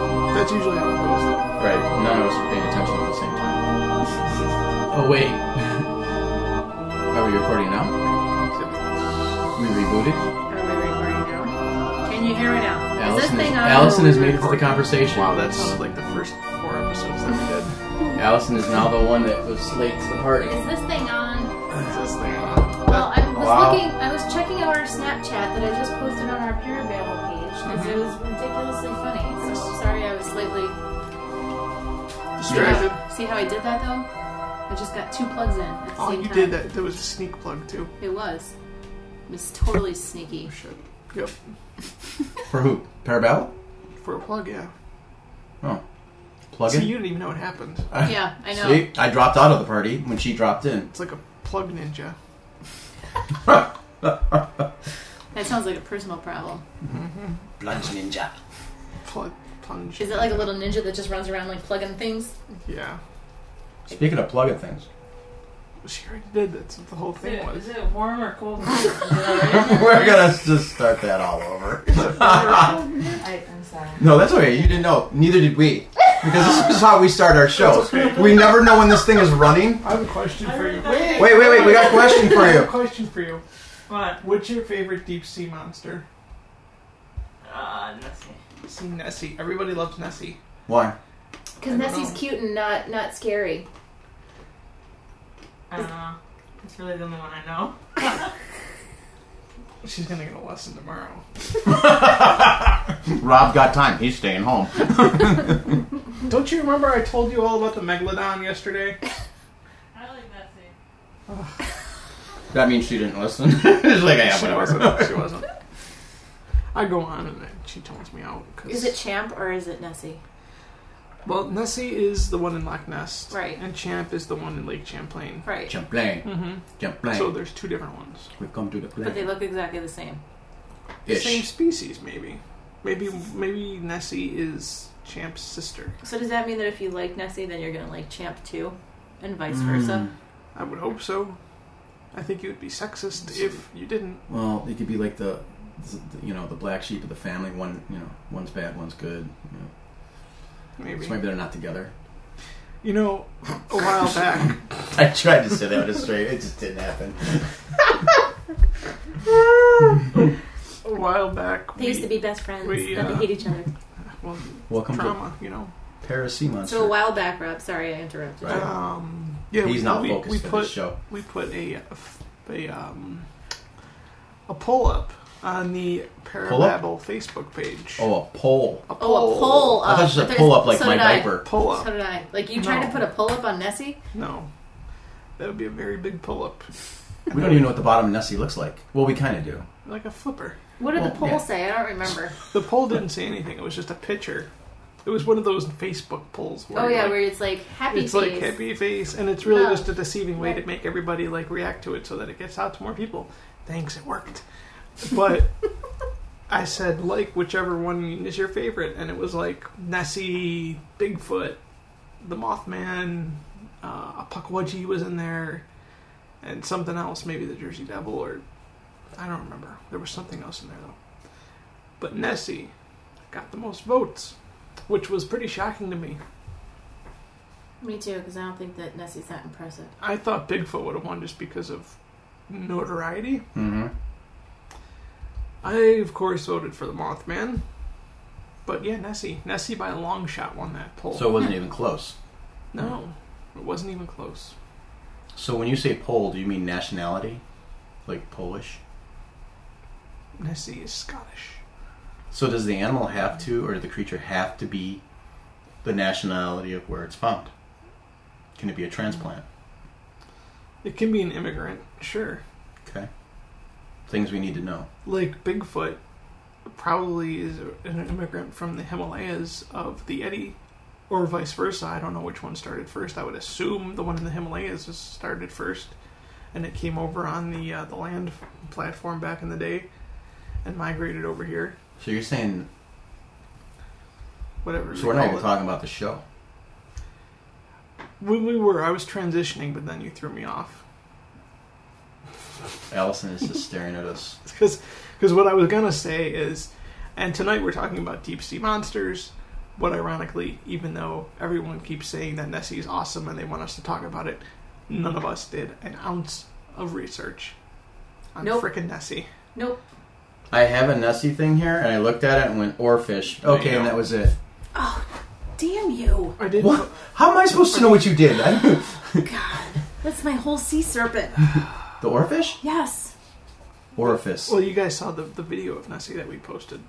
Oh, Are we recording now? We rebooted. Are we recording now? Can you hear me now? is this Allison, thing is, on? Allison is made for the conversation. Wow, that's like the first four episodes that we did. Allison is now the one that was late to the party. Is this thing on? Is this thing on? Well, I was Wow. looking. I was checking out our Snapchat that I just posted on our Parababble page because it Mm-hmm. was ridiculously funny. So sorry, I was slightly. Distracted. See how I did that though? I just got two plugs in at the Oh, same you time. did that. That was a sneak plug too. Oh, It was. It was totally sneaky. Shit. Yep. For who? Parabellum? For a plug, yeah. Oh. Plug See, in? you didn't even know what happened. Yeah, I know. See, I dropped out of the party when she dropped in. It's like a plug ninja. That sounds like a personal problem. Blood ninja. Plug plunge. Is it like a little ninja that just runs around like plugging things? Yeah. Speaking of plugging things. She already did. That's what the whole Is thing it, was. is it warm or cold? We're gonna just start that all over. I, I'm sorry. No, that's okay. You didn't know. Neither did we. Because this is how we start our shows. We never know when this thing is running. I have a question for you. Wait. Wait, wait, wait. We got a question for I have a you. question for you. What? What's your favorite deep sea monster? Uh, nothing. See Nessie. Everybody loves Nessie. Why? Because I don't Nessie's know. cute and not not scary. I don't know. It's really the only one I know. She's gonna get a lesson tomorrow. Rob got time. He's staying home. Don't you remember I told you all about the megalodon yesterday? I like that thing. That means she didn't listen. She's like, yeah, she wasn't. She wasn't. I go on and then she tones me out. 'cause- Is it Champ or is it Nessie? Well, Nessie is the one in Loch Ness, Right. And Champ is the one in Lake Champlain. Right. Champlain. Mm-hmm. Champlain. So there's two different ones. We've come to the But they planet. look exactly the same. Same Ish. species, maybe. Maybe maybe Nessie is Champ's sister. So does that mean that if you like Nessie, then you're gonna like Champ too, and vice Hmm. versa? Mm. I would hope so. I think you would be sexist if you didn't. Well, it could be like the, the- you know, the black sheep of the family. One, you know, one's bad, one's good. You know. Maybe. It's maybe they're not together. You know, a while back, I tried to say that with a straight. It just didn't happen. a while back, They used to we, be best friends, we, and uh, they hate each other. well, Welcome trauma, you know. to Paris Sea Monster. So a while back, Rob. Sorry, I interrupted. Right. Um, yeah, He's we, not we, focused we for put this show. we put a a um a poll up on the up? Parababble Facebook page. Oh, a pole. a Oh, a pull I up. thought you said There's- pull up like so my did I. diaper. Pull So up. did I. Like you tried No. to put a pull up on Nessie. No, that would be a very big pull up, We don't even know what the bottom of Nessie looks like. Well, we kind of do. like a flipper. What did Well, the poll Oh, yeah. say? I don't remember. The poll didn't say anything. It was just a picture. It was one of those Facebook polls. Where oh you're yeah, like, where it's like happy it's face. like happy face, and it's really No. just a deceiving way to Right. make everybody like react to it so that it gets out to more people. Thanks, it worked. But I said like whichever one is your favorite, and it was like Nessie, Bigfoot, the Mothman, uh, Puckwudgie was in there, and something else, maybe the Jersey Devil or I don't remember. There was something else in there though. But Nessie got the most votes, which was pretty shocking to me. Me too, because I don't think that Nessie's that impressive. I thought Bigfoot would have won just because of notoriety. Mm-hmm. I, of course, voted for the Mothman. But yeah, Nessie. Nessie by a long shot won that poll. So it wasn't even close. no, it wasn't even close. So when you say pole, do you mean nationality? Like Polish? Nessie is Scottish. So does the animal have to, or the creature have to be the nationality of where it's found? Can it be a transplant? It can be an immigrant, sure. Okay. Things we need to know. Like Bigfoot probably is an immigrant from the Himalayas of the Yeti, or vice versa. I don't know which one started first. I would assume the one in the Himalayas was started first, and it came over on the uh, the land platform back in the day, and migrated over here. So you're saying, Whatever. so they we're not call even it. talking about the show. We, we were. I was transitioning, but then you threw me off Allison is just staring at us. because because what I was gonna say is, and tonight we're talking about deep sea monsters. But ironically, even though everyone keeps saying that Nessie is awesome and they want us to talk about it, none of us did an ounce of research on Nope. frickin' Nessie. Nope. I have a Nessie thing here, and I looked at it and went, or fish. There you Okay, go. and that was it. Oh, Damn you. I did. What? How am I supposed to know what you did? I- God. That's my whole sea serpent. the oarfish? Yes. Orifice. Well, you guys saw the, the video of Nessie that we posted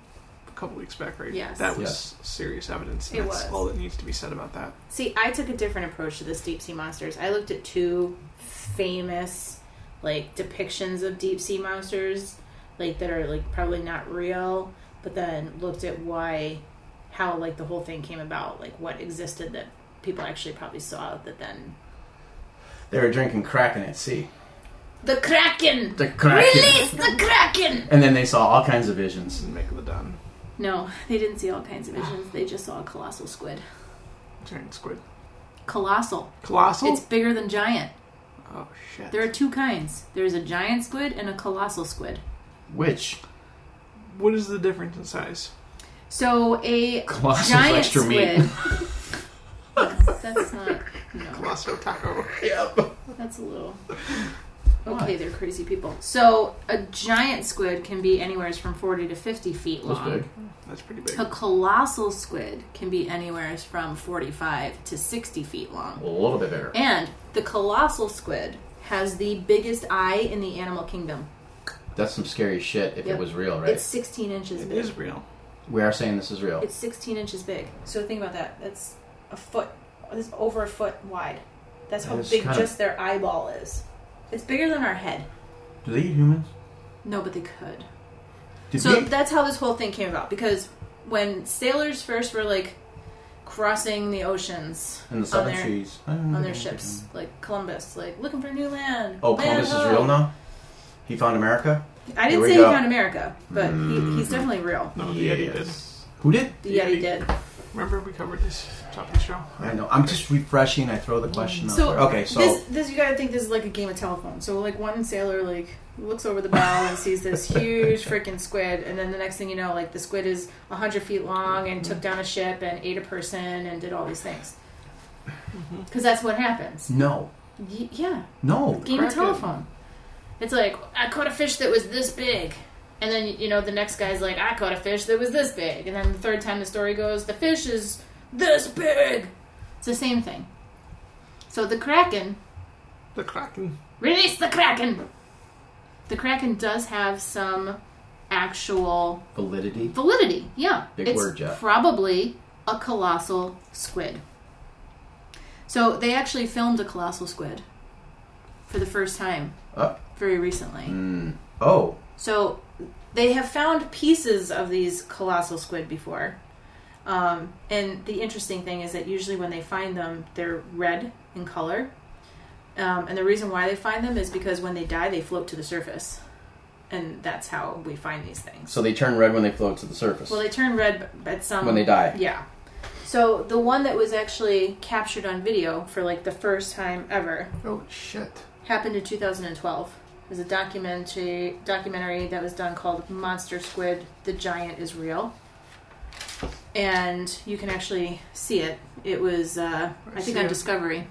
a couple weeks back, right? Yes. That was serious evidence. and It That's was. all that needs to be said about that. See, I took a different approach to this deep sea monsters. I looked at two famous like depictions of deep sea monsters, like that are like probably not real, but then looked at why how like the whole thing came about, like what existed that people actually probably saw that then They were drinking Kraken at sea. the Kraken The Kraken. Release the Kraken. And then they saw all kinds of visions. And Megalodon, No, they didn't see all kinds of visions. They just saw a colossal squid. giant squid, Colossal. colossal. It's bigger than giant. Oh shit! There are two kinds. There's a giant squid and a colossal squid. Which What is the difference in size? So a Colossus giant extra squid. meat. That's- that's not. No, Colossal taco. that's a little. Okay, they're crazy people. So a giant squid can be anywhere from forty to fifty feet was long. big. That's pretty big. A colossal squid can be anywhere from forty-five to sixty feet long. A little bit bigger. And the colossal squid has the biggest eye in the animal kingdom. That's some scary shit if Yep. it was real, right? It's 16 inches It big. is real. We are saying this is real. It's 16 inches big. So think about that. That's a foot. That's over a foot wide. That's how That's big kinda- just their eyeball is. It's bigger than our head. Do they eat humans? No, but they could. Did so they? that's how this whole thing came about. Because when sailors first were like crossing the oceans In the on southern their trees. on their ships, like Columbus, like looking for new land. Mm-hmm. Oh, land Columbus is ho. real now? He found America? I Here didn't we say go. Mm-hmm. he found America, but he, he's definitely real. No, the Yeti did. Who did? The Yeti Yeti. did. Remember we covered this top of the show. I know. I'm just refreshing. I throw the question So up there. Okay, so this, this you gotta think this is like a game of telephone. So like one sailor like looks over the bow and sees this huge freaking squid, and then the next thing you know, like the squid is hundred feet long and took down a ship and ate a person and did all these things. Because that's what happens. no. Y- yeah, No. game of Kraken. telephone. It's like I caught a fish that was this big. And then you know the next guy's like, I caught a fish that was this big. And then the third time the story goes, the fish is this big. It's the same thing. So the kraken, The Kraken. release the kraken. The kraken does have some actual Validity. validity. Yeah, Big it's word, Jeff. probably a colossal squid. So they actually filmed a colossal squid for the first time Oh. very recently. Mm. Oh. So they have found pieces of these colossal squid before. Um, and the interesting thing is that usually when they find them, they're red in color. Um, and the reason why they find them is because when they die, they float to the surface. And that's how we find these things. So they turn red when they float to the surface. Well, they um, turn red b- at some. when they die. Yeah. So the one that was actually captured on video for like the first time ever Oh shit. happened in 2012. There's a documentary documentary that was done called Monster Squid: The Giant Is Real, and you can actually see it. It was uh, I I think see on it. Discovery.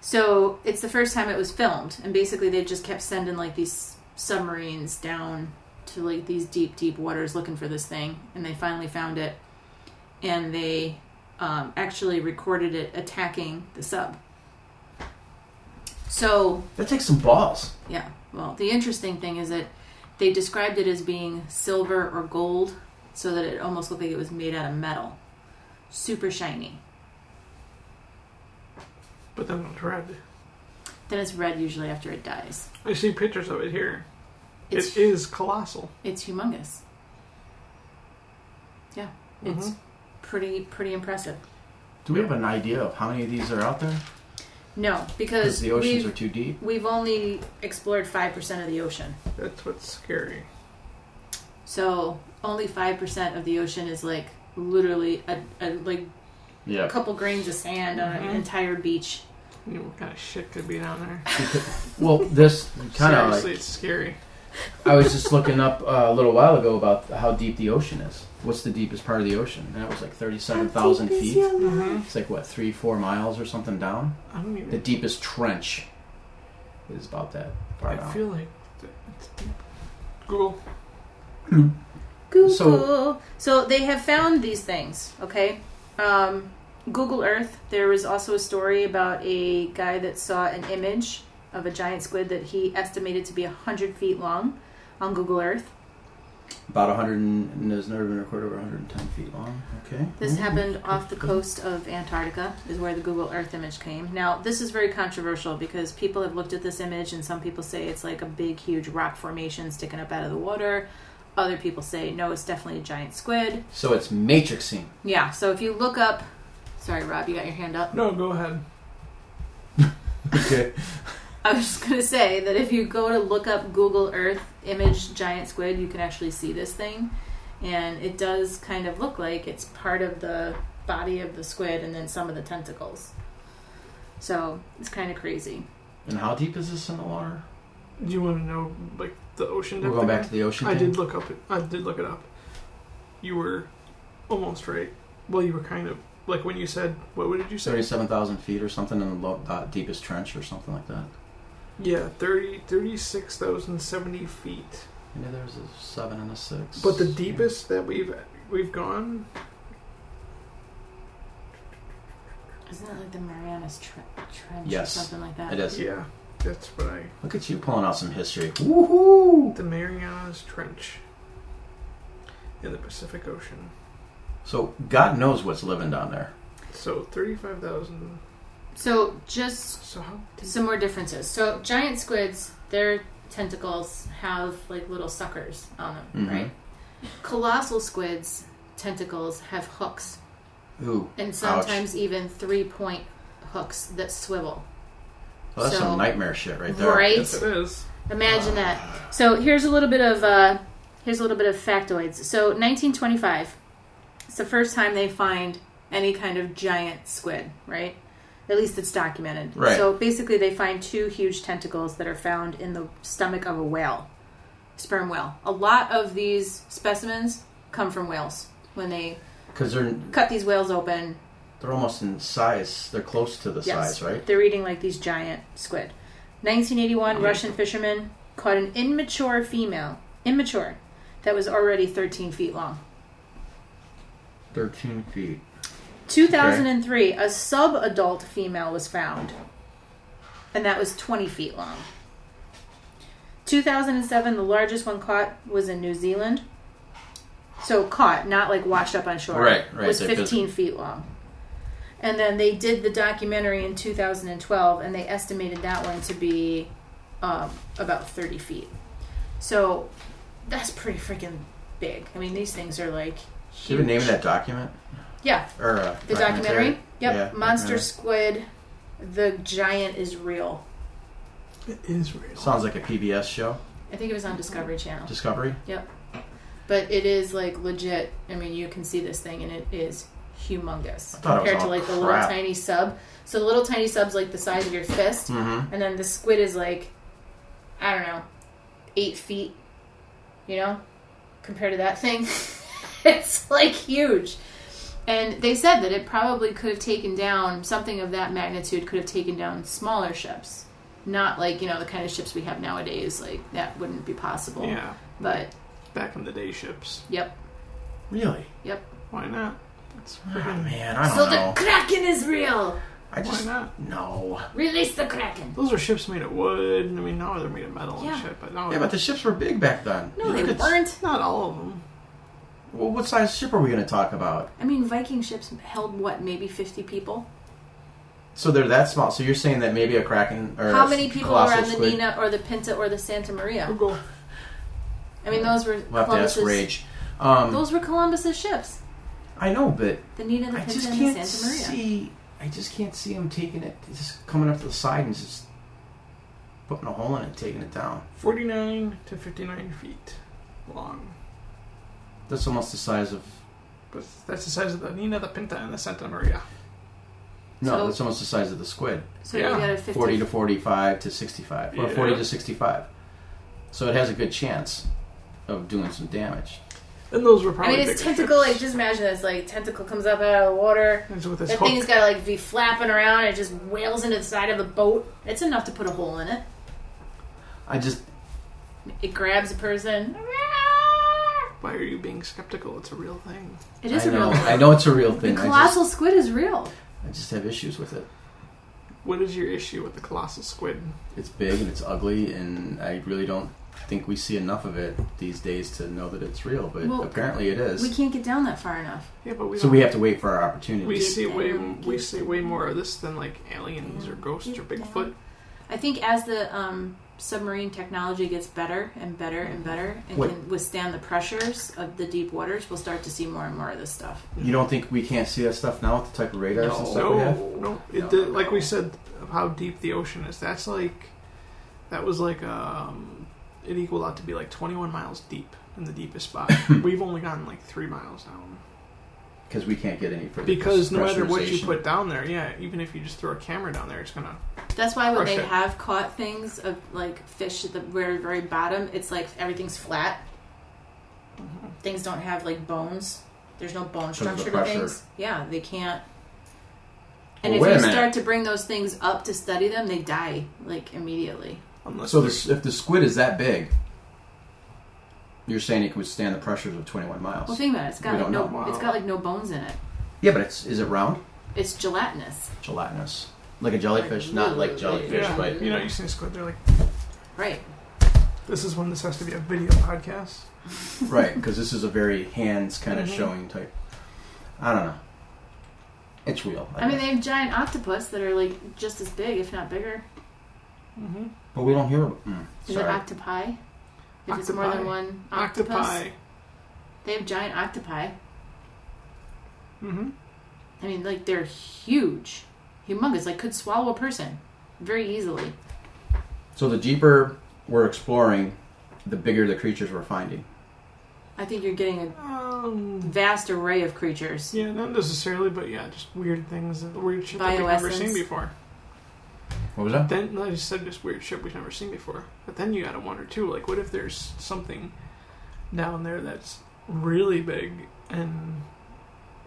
So it's the first time it was filmed, and basically they just kept sending like these submarines down to like these deep, deep waters looking for this thing, and they finally found it, and they um, actually recorded it attacking the sub. So That takes some balls. yeah. Well, the interesting thing is that they described it as being silver or gold, so that it almost looked like it was made out of metal. Super shiny. But then it's red. Then it's red usually after it dies. I see pictures of it here. It's It is colossal. it's humongous. Yeah, it's pretty pretty impressive. Do we have an idea of how many of these are out there? No, because Because the oceans we've, are too deep. we've only explored five percent of the ocean. Mm-hmm. That's what's scary. So only five percent of the ocean is like literally a, a like a Yeah. couple grains of sand on an Mhm. entire beach. You know what kind of shit could be down there? Well, this kind of Seriously, like it's scary. I was just looking up uh, a little while ago about how deep the ocean is. What's the deepest part of the ocean? And that was like thirty-seven thousand feet. It's like what three, four miles or something down. I don't Mm-hmm. even. The deepest trench is about that far I out. feel like th- it's Google. Google. So- So, they have found these things, okay? Um, Google Earth, there was also a story about a guy that saw an image of a giant squid that he estimated to be 100 feet long on Google Earth. About 100 and and has never been recorded over 110 feet long. Okay. This Mm. happened off the coast of Antarctica, is where the Google Earth image came. Now, this is very controversial because people have looked at this image and some people say it's like a big, huge rock formation sticking up out of the water. Other people say, no, it's definitely a giant squid. So it's matrixing. Yeah, so if you look up. Sorry, Rob, you got your hand up. No, go ahead. Okay. I was just going to say that if you go to look up Google Earth image giant squid, you can actually see this thing. And it does kind of look like it's part of the body of the squid and then some of the tentacles. So it's kind of crazy. and how deep is this in the water? Do you want to know like the ocean We're depth? going back again? to the ocean. I thing? did look up. It, I did look it up. You were almost right. Well, you were kind of like when you said what, what did you say? 37,000 feet or something in the lo- uh, deepest trench or something like that. Yeah, 30, 36,070 feet. I knew there was a 7 and a 6. But the deepest that we've we've gone, Isn't it like the Marianas tre- Trench Yes, or something like Yeah. that? It is. yeah, that's what I. Look at you pulling out some history. Woohoo! The Marianas Trench in the Pacific Ocean. So God knows what's living down there. So thirty-five thousand. So just So how? some more differences. So giant squids, their tentacles have like little suckers on them, Mhm. right? Colossal squids' tentacles have hooks, Ooh. and sometimes even three-point hooks that swivel. Well, Oh, that's So- some nightmare shit right there. Right? Yes, it is. Uh. Imagine that. So here's a little bit of uh, here's a little bit of factoids. So 1925, it's the first time they find any kind of giant squid, right? At least it's documented. Right. So basically, they find two huge tentacles that are found in the stomach of a whale, sperm whale. A lot of these specimens come from whales when they Because they're, cut these whales open. they're almost in size. They're close to the Yes. size, right? They're eating like these giant squid. 1981, Russian fishermen caught an immature female, immature, that was already 13 feet long. 13 feet. 2003, a sub-adult female was found, and that was 20 feet long. 2007, the largest one caught was in New Zealand. So caught, not like washed up on shore. Right, right, Was they 15 feet long. And then they did the documentary in 2012, and they estimated that one to be um, about 30 feet. So that's pretty freaking big. I mean, these things are like. Huge. Do you have a name of that document? Yeah, Or uh, the documentary? Yep. Yeah, Monster documentary. Squid, The Giant is Real. It is real. Sounds like a PBS show. I think it was on Discovery Channel. Discovery. But it is like legit. I mean, you can see this thing and it is humongous I thought it was compared to all like the little crap. tiny sub. So the little tiny sub's like the size of your fist. Mm-hmm. And then the squid is like, I don't know, eight feet, you know, compared to that thing. it's like huge. And they said that it probably could have taken down something of that magnitude, could have taken down smaller ships. Not like, you know, the kind of ships we have nowadays. Like, that wouldn't be possible. Yeah, But, back in the day, ships. yep. Really? Why not? That's Oh, freaking. man, I don't So know. the Kraken is real! I Why just not? no. Release the Kraken! Those are ships made of wood. I mean, now they're made of metal Mm. Yeah. and shit. But now Yeah, but the ships were big back then. No, they Look at- weren't. not all of them. Well, what size ship are we going to talk about? I mean, Viking ships held, what, maybe 50 people? So they're that small. So you're saying that maybe a kraken or How a many people were colossal on the squid- Nina or the Pinta or the Santa Maria? Google. I mean, those were We'll have to ask Columbus's. Rage. Um, Those were Columbus's ships. I know, but The Nina, the I Pinta, just and the can't Santa Maria. see. I just can't see him taking it, just coming up to the side and just putting a hole in it, taking it down. 49 to 59 feet long. That's almost the size of But that's the size of the Nina, the Pinta, and the Santa Maria. no. So- that's almost the size of the squid. So Yeah. you got a 50. Forty to forty-five to sixty-five, or Yeah. forty to sixty-five. So it has a good chance of doing some damage. And those were I probably mean, it's bigger tentacle. Like, ships. just imagine this. Like, tentacle comes up out of the water. It's with this That hook. thing's got to like be flapping around. and It just wails into the side of the boat. It's enough to put a hole in it. I just It grabs a person. Why are you being skeptical? It's a real thing. It is I a know real thing. I know it's a real The thing. I just, colossal squid is real. I just have issues with it. What is your issue with the colossal squid? It's big and it's ugly, and I really don't think we see enough of it these days to know that it's real. But Well, apparently, it We is. can't get down that far enough. Yeah, but we so don't- we have to wait for our opportunity. we Get see way down, we get see way down. more of this than like aliens or ghosts or Get down. Bigfoot. I think as the um, submarine technology gets better and better Mm-hmm. and better and Wait. can withstand the pressures of the deep waters, we'll start to see more and more of this stuff. you don't think we can't see that stuff now with the type of radars and stuff we have? No, no. It No, did, like no. we said, of how deep the ocean is. That's like that was like um, it equaled out to be like 21 miles deep in the deepest spot. We've only gotten like three miles down Because we can't get any further. because no matter what you pressurization. put down there, yeah, even if you just throw a camera down there, it's gonna. That's why when they Pressure. have caught things of like fish at the very very bottom, it's like Everything's flat. Things don't have like bones. There's no bone Mm-hmm. Because of structure to the pressure. things. yeah they can't. Well, And wait a if you minute. start to bring those things up to study them, they die like immediately. Unless So there's- the, if the squid is that big, you're saying it could withstand the pressures of 21 miles. Well, think about it. It's got We like don't no, know. it's got like no bones in it. yeah, but it's is it round? It's gelatinous, Gelatinous, like a jellyfish, not like jellyfish, yeah, but you know, you see a squid, they're like, right? this is when this has to be a video podcast. right because this is a very hands kind of Mm-hmm. Mhm. showing type. I don't know. It's real. I mean, guess. they have giant octopus that are like just as big, if not bigger. Mm-hmm. but we don't hear. ab- Mm, Is sorry. it octopi? If it's more Octopi. than one octopus, Octopi. they have giant octopi. Mm-hmm. I mean, like they're huge, humongous. Like could swallow a person very easily. so the deeper we're exploring, the bigger the creatures we're finding. I think you're getting a Um, vast array of creatures. yeah, not necessarily, but yeah, just weird things, weird shit that we've never Bioessence. seen before. What was that? Then I just said just weird shit we've never seen before. But then you gotta wonder too, like what if there's something down there that's really big and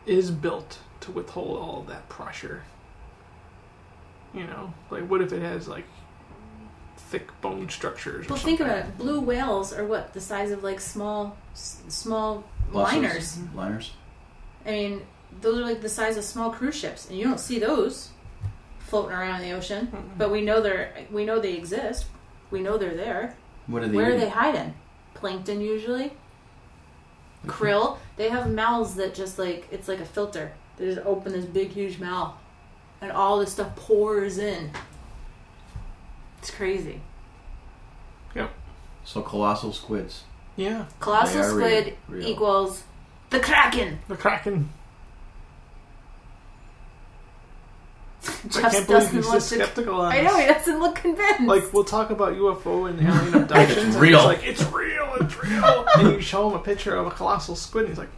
is built to withhold all of that pressure. You know, like what if it has like thick bone structures? Or Well, something? think about it. Blue whales are what the size of like small, s- small Buses? liners. Liners. I mean, those are like the size of small cruise ships, and you don't see those floating around the ocean. Mm-mm. But we know they're we know they exist. We know they're there. What are they? Where are eating? they hiding? Plankton usually. Krill. They have mouths that just like it's like a filter. They just open this big huge mouth, and all this stuff pours in. It's crazy. So colossal squids. Yeah, Colossal They are squid real- real. equals the kraken. the kraken. I Jeff's can't believe doesn't he's look. this To, skeptical on I know he this. doesn't look convinced. Like we'll talk about UFO and alien abductions. and he's real. like it's real, it's real. and you show him a picture of a colossal squid, and he's like,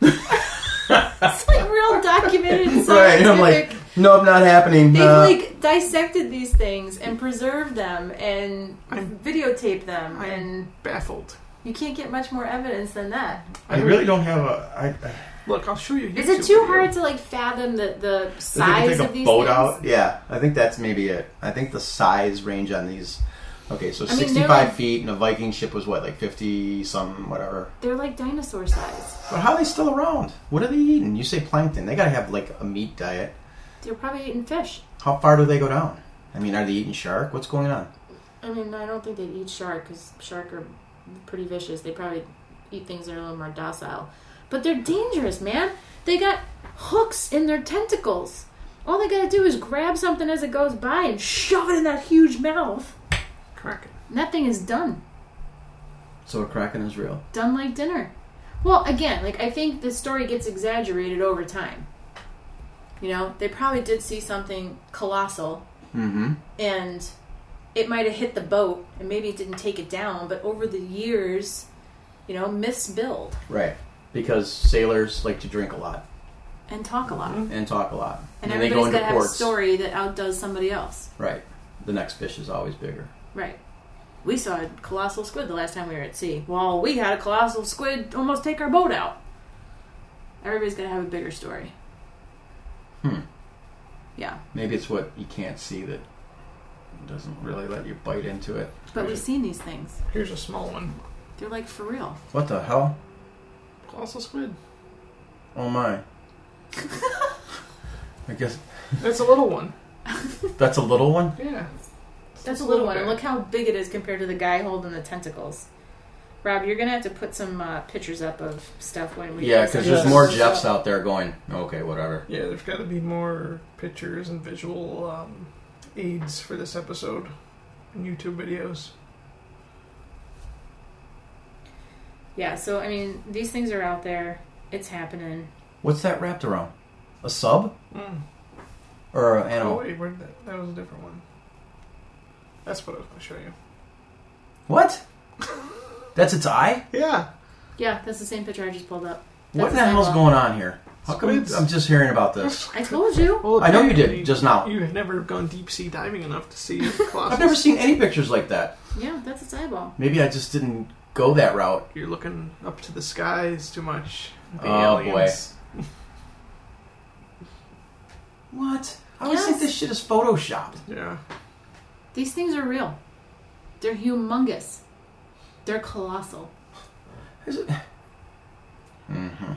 it's like real documented scientific. Right, and I'm like, nope, not happening. They've uh, like dissected these things and preserved them and I'm- videotaped them, I'm- and baffled. you can't get much more evidence than that. I really don't have a. I, Look, I'll show you. a Is it YouTube too video. hard to like fathom the the If they could size of these things? Yeah, I think that's maybe it. I think the size range on these. Okay, so I mean, they're 65 like- feet, and a Viking ship was what, like 50 some, whatever. They're like dinosaur size. But how are they still around? What are they eating? You say plankton. They gotta have like a meat diet. They're probably eating fish. How far do they go down? I mean, are they eating shark? What's going on? I mean, I don't think they'd eat shark because shark are pretty vicious. They probably eat things that are a little more docile. But they're dangerous, man. They got hooks in their tentacles. All they gotta do is grab something as it goes by and shove it in that huge mouth. Kraken. And that thing is done. So a kraken is real. done like dinner. Well, again, like I think the story gets exaggerated over time. You know, they probably did see something colossal Mm-hmm. and it might have hit the boat and maybe it didn't take it down, but over the years, you know, myths build Right. Because sailors like to drink a lot and talk a lot. and talk a lot, And then they go everybody's into got to have a ports. story that outdoes somebody else. Right. The next fish is always bigger. Right. We saw a colossal squid the last time we were at sea. Well, we had a colossal squid almost take our boat out. Everybody's got to have a bigger story. Hmm. Yeah. Maybe it's what you can't see that It doesn't really let you bite into it. But we've seen these things. Here's a small one. They're like for real. What the hell? Colossal squid. Oh my. I guess That's a little one. that's a little one. Yeah. That's a little one. guy. And look how big it is compared to the guy holding the tentacles. Rob, you're gonna have to put some uh, pictures up of stuff when we. Yeah, because there's Yes. more Jeffs out there going. Okay, whatever. Yeah, there's got to be more pictures and visual um, aids for this episode. and YouTube videos. Yeah, so I mean, these things are out there. It's happening. What's that wrapped around? A sub Mm. or an Oh, animal? wait, where did that? That was a different one. That's what I was going to show you. What? That's its eye. Yeah. Yeah, that's the same picture I just pulled up. What That's the hell's eyeball. going on here? How come Squids. I'm just hearing about this? I told you. Well, I know you apparently did just now. You have never gone deep sea diving enough to see I've Colossus. never seen any pictures like that. Yeah, that's its eyeball. Maybe I just didn't go that route. You're looking up to the skies too much. The Oh, aliens. What? I always think Yes. this shit is photoshopped. boy. Yeah. These things are real. They're humongous. They're colossal. Is it? Mm-hmm.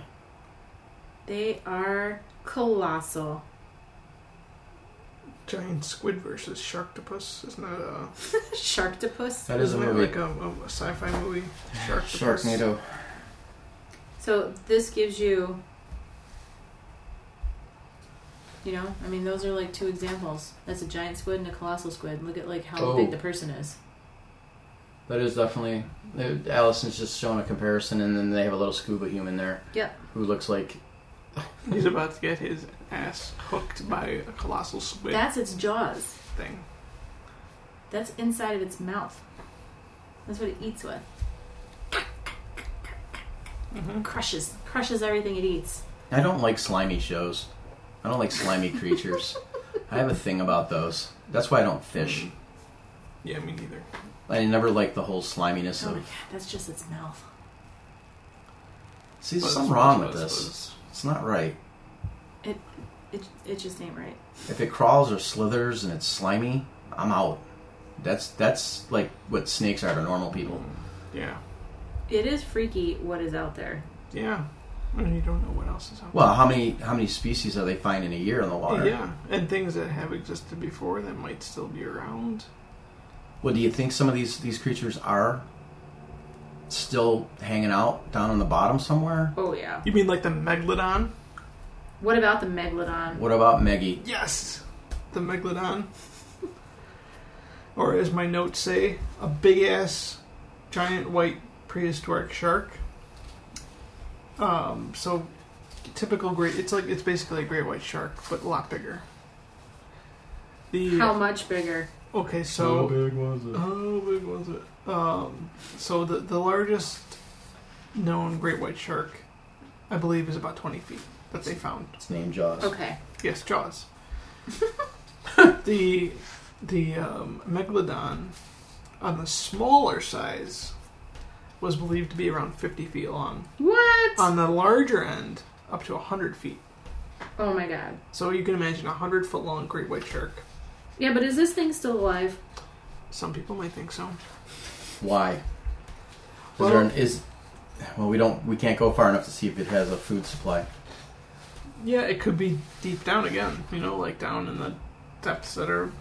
They are colossal. Giant squid versus sharktopus. Isn't that a, Sharktopus. That is a isn't that movie. like a, a sci-fi movie? Sharktopus. Sharknado. So this gives you, you know, I mean, those are like two examples. That's a giant squid and a colossal squid. Look at like how Oh. big the person is. That is definitely. uh, Allison's just showing a comparison, and then they have a little scuba human there. Yep. Who looks like. He's about to get his ass hooked by a colossal squid That's its jaws. thing. That's inside of its mouth. That's what it eats with. Mm-hmm. Crushes, crushes everything it eats. I don't like slimy shows. I don't like slimy creatures. I have a thing about those. That's why I don't fish. Mm-hmm. Yeah, me neither. I never like the whole sliminess Oh my of. god, that's just its mouth. See, there's But something that's wrong what with it this. was. It's not right. It, it just ain't right. If it crawls or slithers and it's slimy, I'm out. That's that's like what snakes are to normal people. Yeah. It is freaky what is out there. Yeah. And you don't know what else is out Well, how many how many species are they finding a year in the water? Yeah, and things that have existed before that might still be around. Well, do you think some of these these creatures are still hanging out down on the bottom somewhere? Oh yeah. You mean like the megalodon? What about the megalodon? What about Meggie? Yes, the megalodon. or as my notes say, a big ass, giant white prehistoric shark. Um, so typical great. It's like it's basically a great white shark, but a lot bigger. The How much bigger? okay, so uh, big was it? How big was it? Um, so the the largest known great white shark, I believe, is about twenty feet that they found. It's named Jaws. Okay. Yes, Jaws. the the um, megalodon on the smaller size was believed to be around fifty feet long. What? On the larger end, up to hundred feet. oh my god. So you can imagine a hundred foot long great white shark. Yeah, but is this thing still alive? Some people might think so. Why? Is Well- there an, is well we don't we can't go far enough to see if it has a food supply. Yeah, it could be deep down again, you know, like down in the depths that are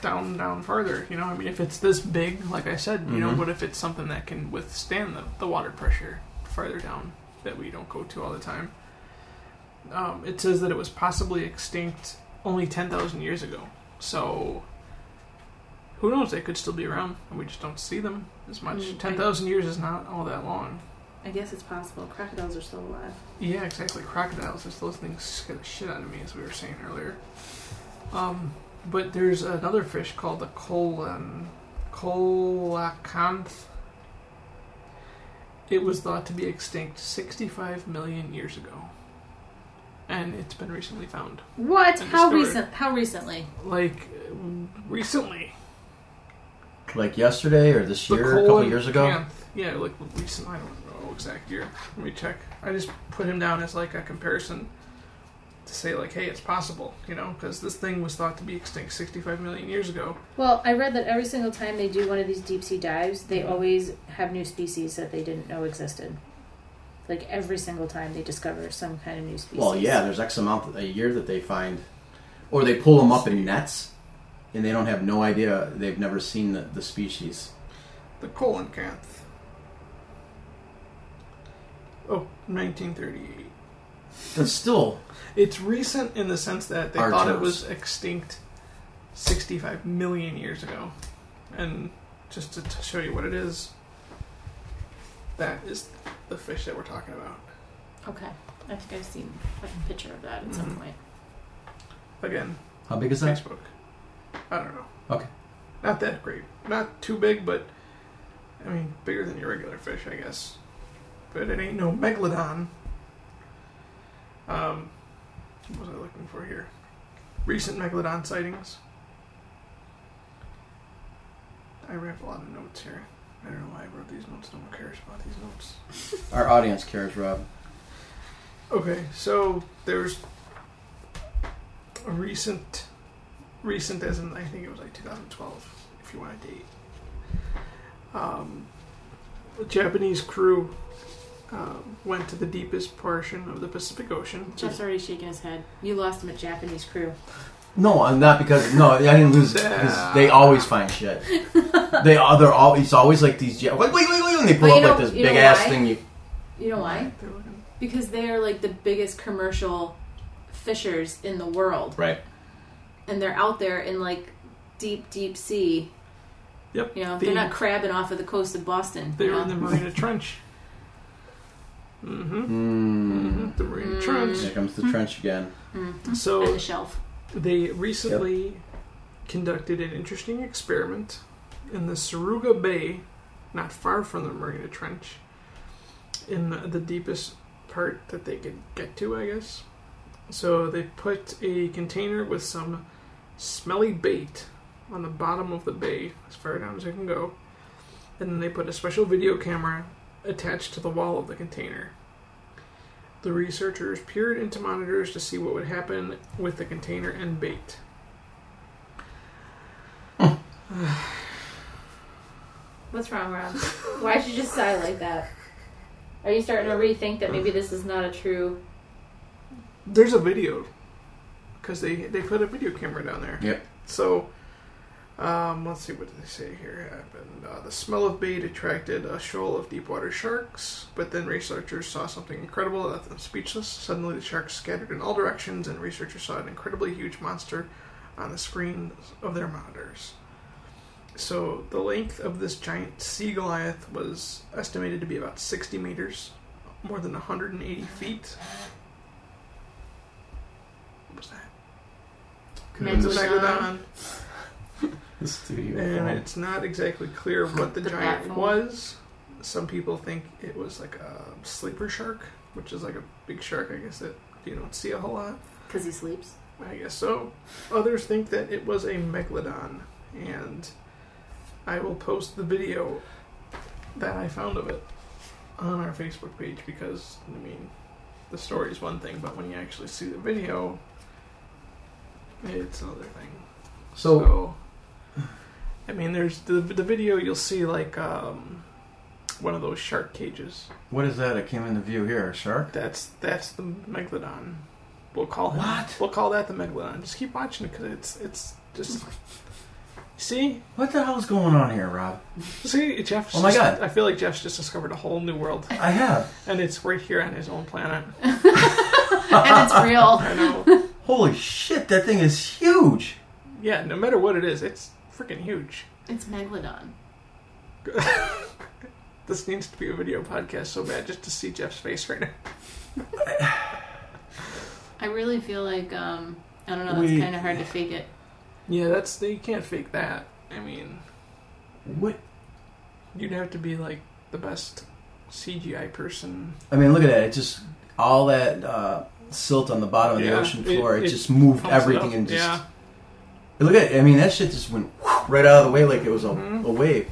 down, down farther, you know. I mean, if it's this big, like I said, you know, Mhm. what if it's something that can withstand the, the water pressure farther down that we don't go to all the time? Um, it says that it was possibly extinct only 10,000 years ago. So, who knows? They could still be around, and we just don't see them as much. Mm, 10,000 years is not all that long. I guess it's possible. Crocodiles are still alive. Yeah, exactly. Crocodiles. There's those things scare the shit out of me, as we were saying earlier. Um, but there's another fish called the colon colacanth. It was thought to be extinct 65 million years ago, and it's been recently found. What? And How discovered. recent? How recently? Like recently, Like yesterday or this The year, a couple colon years ago. canth. Yeah, like recent. I don't know exact year. Let me check. I just put him down as like a comparison to say like, hey, it's possible, you know, because this thing was thought to be extinct 65 million years ago. Well, I read that every single time they do one of these deep sea dives, they always have new species that they didn't know existed. Like every single time they discover some kind of new species. Well, yeah, there's X amount a year that they find, or they pull them up in nets, and they don't have no idea they've never seen the, the species. The coelacanth. Oh, 1938. But still, It's recent in the sense that they Our thought it terms. was extinct 65 million years ago. And just to, to show you what it is, that is the fish that we're talking about. Okay. I think I've seen a picture of that at some Mm-hmm. Mhm. point. Again, how big is that? Facebook. I don't know. Okay. Not that great. Not too big, but I mean, bigger than your regular fish, I guess. But it ain't no megalodon. Um, what was I looking for here? Recent megalodon sightings. I have a lot of notes here. I don't know why I wrote these notes. No one cares about these notes. Our audience cares, Rob. Okay, so there's a recent, recent as in I think it was like 2012, if you want to date. Um, a Japanese crew uh, went to the deepest portion of the Pacific Ocean. Jeff's already shaking his head. You lost him at Japanese crew. No, I'm not because no, I didn't lose it because they always find shit. They are they're all it's always like these. Wait, wait, wait, wait! And they pull Well, up you like know- this you know big ass why? thing. You You know why? They're looking- Because they are like the biggest commercial fishers in the world. right? And they're out there in like deep, deep sea. Yep. You know, The- they're not crabbing off of the coast of Boston. They you were know? in the Marina Trench. Mm-hmm. Mm. mm-hmm. The Marina Trench. Here comes Hmm. the trench again. So on Mm. the shelf. They recently conducted an interesting experiment in the Saruga Bay, not far from the Marina Trench, in the, the deepest part that they could get to, I guess. So they put a container with some smelly bait on the bottom of the bay, as far down as it can go, and then they put a special video camera attached to the wall of the container. The researchers peered into monitors to see what would happen with the container and bait. What's wrong, Rob? Why'd you just sigh like that? Are you starting to rethink that maybe this is not a true. There's a video because they they put a video camera down there. Yep. So, um, let's see what did they say here happened. Uh, the smell of bait attracted a shoal of deep water sharks, but then researchers saw something incredible that left them speechless. Suddenly, the sharks scattered in all directions, and researchers saw an incredibly huge monster on the screens of their monitors. So, the length of this giant sea goliath was estimated to be about 60 meters, more than 180 feet. What was that? Megalodon. Megalodon. This studio. And it's not exactly clear what the, The giant platform. was. Some people think it was like a sleeper shark, which is like a big shark, I guess, that you don't see a whole lot. Because he sleeps. I guess so. Others think that it was a megalodon, and I will post the video that I found of it on our Facebook page because, I mean, the story is one thing, but when you actually see the video, it's another thing. So- I mean, there's the the video you'll see like um, one of those shark cages. What is that? It came into view here. A shark. That's that's the megalodon. We'll call him. What? We'll call that the megalodon. Just keep watching it because it's it's just. See, What the hell's going on here, Rob? see, Jeff's. Oh my just- God. I feel like Jeff's just discovered a whole new world, I have. and it's right here on his own planet. And it's real. I know. Holy shit! That thing is huge. yeah, no matter what it is, it's freaking huge. It's Megalodon. This needs to be a video podcast so bad just to see Jeff's face right now. I really feel like, um, I don't know, We- it's kind of hard to fake it. Yeah, that's you can't fake that. I mean, What? you'd have to be like the best CGI person. I mean, look at that. It just all that uh, silt on the bottom of the Yeah, ocean it- floor. It, it just moved pumps it everything up. and just yeah, look at. It. I mean, that shit just went right out of the way like it was a, Mhm. a wave.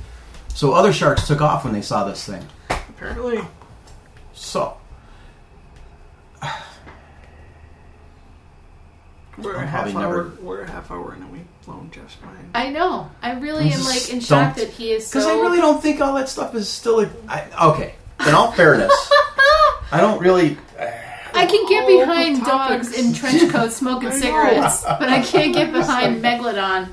So other sharks took off when they saw this thing. apparently. So We're I'll a half probably never- hour. We're a half hour in, and we've blown Jeff's mind. I know. I really I'm am just like in shock stumped. that he is Because so. I really don't think all that stuff is still. A, I, okay. In all fairness, I don't really. uh, I can get All the behind topics. dogs in trench coats smoking I know. cigarettes, but I can't get behind Megalodon.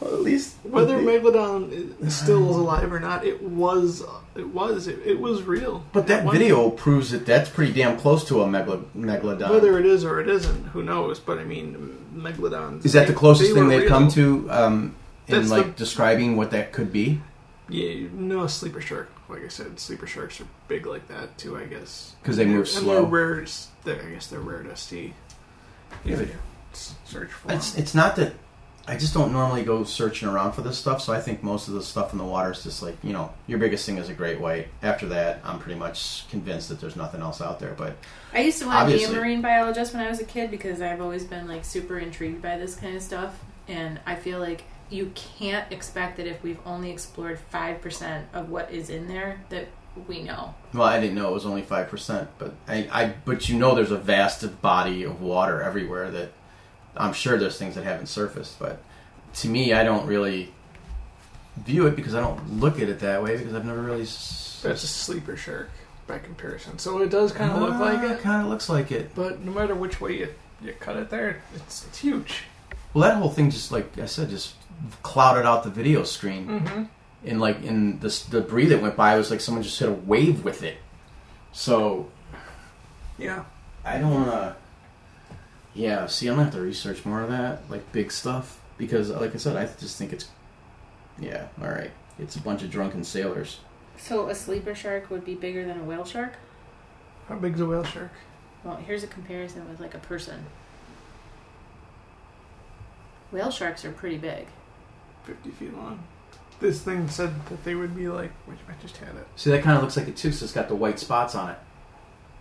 Well, at least Whether Megalodon is- still is alive or not, it was. It was. It, it was real. But that One- video proves that that's pretty damn close to a megalo- megalodon. Whether it is or it isn't, who knows? But I mean, Megalodons. is that the they- closest they thing were they've real. come to um, in That's like the- describing what that could be? Yeah, no sleeper shark. Like I said, sleeper sharks are big like that too. I guess 'Cause they move And slow. They're rare. s- They're, I guess they're rare to see. Yeah, If but- you s- search for It's them. it's not that I just don't normally go searching around for this stuff, so I think most of the stuff in the water is just like you know your biggest thing is a great white. After that, I'm pretty much convinced that there's nothing else out there. But I used to want to Obviously. be a marine biologist when I was a kid because I've always been like super intrigued by this kind of stuff, and I feel like you can't expect that if we've only explored five percent of what is in there that we know. well, I didn't know it was only five percent, but I, I but you know there's a vast body of water everywhere that I'm sure there's things that haven't surfaced. But to me, I don't really view it because I don't look at it that way because I've never really. s- That's a sleeper shark by comparison. So it does kind of look like Ah, it. Kind of looks like it. But no matter which way you, you cut it there, it's, it's huge. Well, that whole thing just like I said, just clouded out the video screen, Mm-hmm. and like in the s- debris that went by was like someone just hit a wave with it. So Yeah. I don't. Uh, yeah, see, I'm gonna have to research more of that, like big stuff, because uh, like I said, I just think it's. Yeah, all right. It's a bunch of drunken sailors. So a sleeper shark would be bigger than a whale shark. How big's a whale shark? Well, here's a comparison with like a person. Whale sharks are pretty big. 50 feet long. This thing said that they would be like, wait, I just had it. See, that kind of looks like it too, 'cause it's got the white spots on it.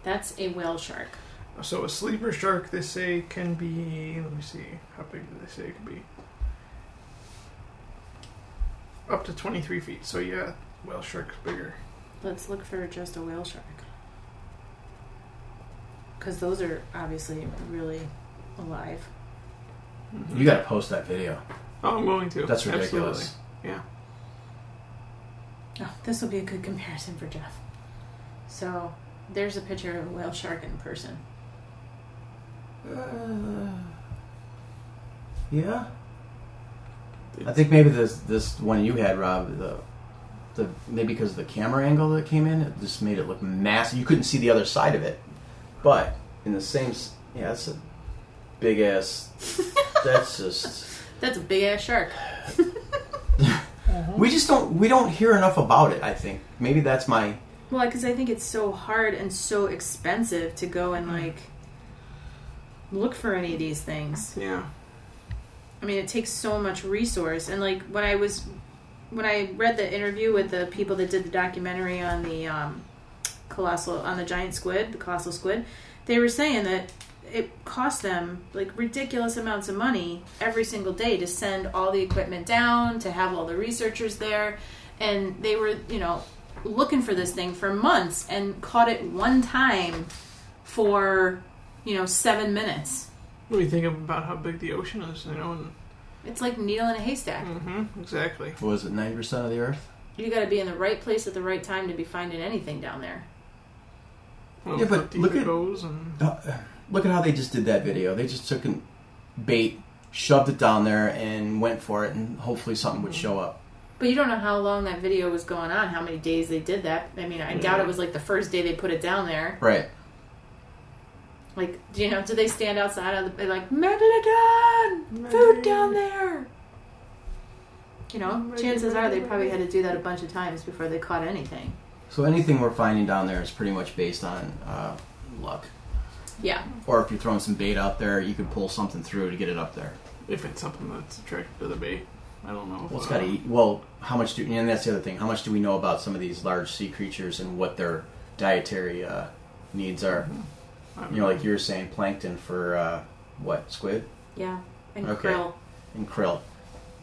That's a whale shark. So a sleeper shark, they say, can be. Let me see. How big do they say it could be? Up to 23 feet. So yeah, whale shark's bigger. Let's look for just a whale shark. Because those are obviously really alive. Mhm. You got to post that video. Oh, I'm going to. That's ridiculous. Absolutely. Yeah. Oh, this will be a good comparison for Jeff. So, there's a picture of a whale shark in person. Uh, yeah. I think maybe this this one you had, Rob, the the maybe because of the camera angle that came in, it just made it look massive. You couldn't see the other side of it, but in the same, s- yeah, that's a big ass. that's just That's a big ass shark. we just don't we don't hear enough about it. I think maybe that's my Well, because I think it's so hard and so expensive to go and like look for any of these things. Yeah. I mean, it takes so much resource. And like when I was, when I read the interview with the people that did the documentary on the um, colossal on the giant squid, the colossal squid, they were saying that it cost them like ridiculous amounts of money every single day to send all the equipment down to have all the researchers there, and they were you know looking for this thing for months and caught it one time for you know seven minutes. What do you think about how big the ocean is? You know. And, It's like needle in a haystack. Mm-hmm, exactly. what was it ninety percent of the Earth. You got to be in the right place at the right time to be finding anything down there. Well, Yeah, but how deep look it at- goes and Uh, look at how they just did that video. They just took a bait, shoved it down there, and went for it, and hopefully something would show up. But you don't know how long that video was going on, how many days they did that. I mean, I doubt it was like the first day they put it down there. Right. Like, do you know, do they stand outside of the they're like Megalodon food down there? You know, chances are they probably had to do that a bunch of times before they caught anything. So anything we're finding down there is pretty much based on uh, luck. Yeah. Or if you're throwing some bait out there, you could pull something through to get it up there. if it's something that's attracted to the bait, I don't know. Uh, Well, it's got to eat. Well, how much do? And that's the other thing. How much do we know about some of these large sea creatures and what their dietary uh, needs are? You know, like you were saying, plankton for uh, what squid Yeah. And Okay. krill. and krill.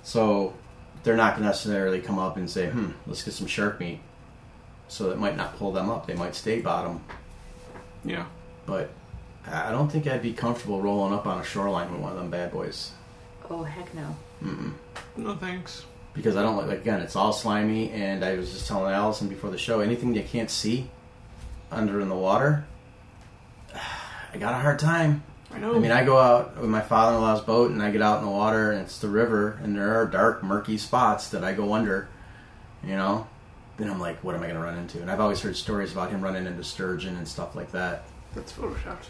So they're not going to necessarily come up and say, "Hmm, let's get some shark meat." So that might not pull them up. They might stay bottom. yeah. But I don't think I'd be comfortable rolling up on a shoreline with one of them bad boys. Oh heck no. Mm-mm. No thanks. Because I don't like, like, again, it's all slimy, and I was just telling Allison before the show anything you can't see under in the water, I got a hard time. I know. I mean, I go out with my father in law's boat and I get out in the water, and it's the river, and there are dark, murky spots that I go under, you know? Then I'm like, what am I going to run into? And I've always heard stories about him running into sturgeon and stuff like that. That's photoshopped.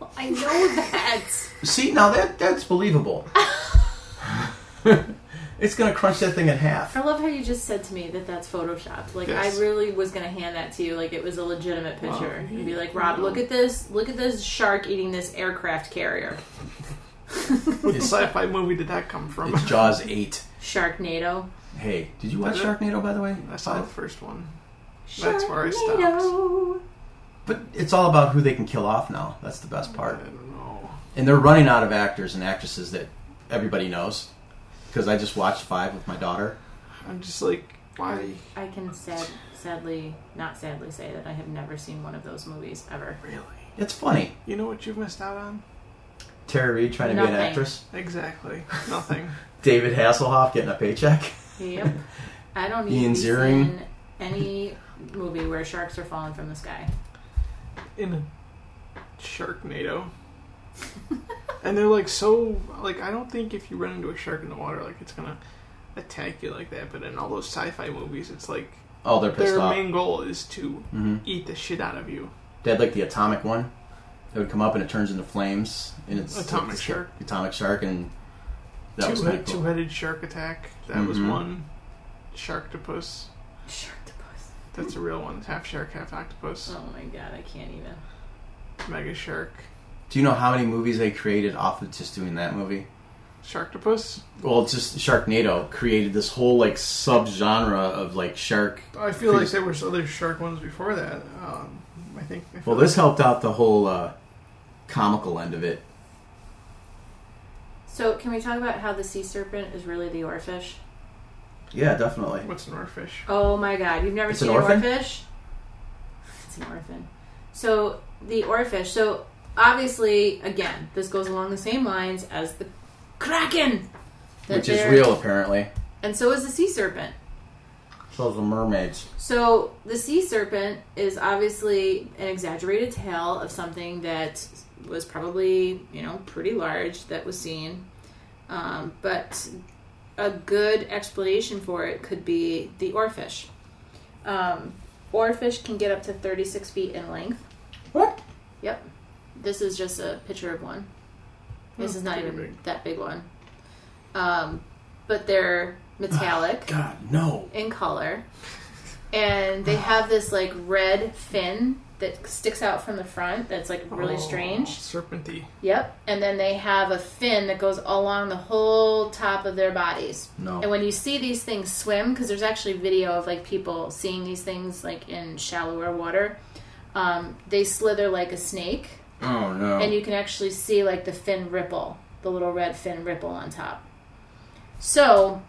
Well, I know that. See, now that that's believable. it's gonna crunch that thing in half. I love how you just said to me that that's photoshopped. Like Yes. I really was gonna hand that to you, like it was a legitimate picture, Wow. and be like, Rob, look at this, look at this shark eating this aircraft carrier, What sci-fi movie did that come from? It's Jaws eight. Sharknado. Hey, did you watch Did it? Sharknado by the way? I saw the first one. That's where I stopped. Sharknado. But it's all about who they can kill off now. That's the best I part. don't know. And they're running out of actors and actresses that everybody knows. Because I just watched five with my daughter. I'm just like, why? I can sad, sadly, not sadly, say that I have never seen one of those movies ever. Really? It's funny. You know what you've missed out on? Tara Reid trying to be an Nothing. actress. Exactly. Nothing. David Hasselhoff getting a paycheck. Yep, I don't need Ian to be Ziering. seeing any movie where sharks are falling from the sky. In a Sharknado. and they're like so like I don't think if you run into a shark in the water like it's gonna attack you like that. But in all those sci-fi movies, it's like Oh, they're pissed their off. main goal is to hmm eat the shit out of you. They had like the atomic one. It would come up and it turns into flames, and it's Atomic it's- shark. Atomic shark, and that was Two kind head, of cool. two-headed shark attack. That was Mhm. one. Sharktopus. Sharktopus. That's a real one. It's half shark, half octopus. Oh my god, I can't even. Mega shark. Do you know how many movies they created off of just doing that movie? Sharktopus. Well, it's just Sharknado created this whole like subgenre of like shark. I feel like there was other shark ones before that. Um, I think. I feel Well, this helped out the whole uh, comical end of it. So, can we talk about how the sea serpent is really the oarfish? Yeah, definitely. like- What's an oarfish? Oh my god, you've never It's an seen an orphan? oarfish? It's an orphan. So, the oarfish. So, obviously, again, this goes along the same lines as the kraken, that Which is they're- real, apparently. and so is the sea serpent. So the mermaids. So, the sea serpent is obviously an exaggerated tale of something that was probably, you know, pretty large that was seen. Um, but a good explanation for it could be the oarfish. Um, oarfish can get up to 36 feet in length. What? Yep. This is just a picture of one. This Hmm, is not pretty even big. that big one. Um, but they're metallic God, no. in color, and they have this like red fin that sticks out from the front. That's like really Oh, strange. Serpenty. Yep. And then they have a fin that goes along the whole top of their bodies. No. And when you see these things swim, because there's actually video of like people seeing these things like in shallower water, um, they slither like a snake, Oh no. and you can actually see like the fin ripple, the little red fin ripple on top. So,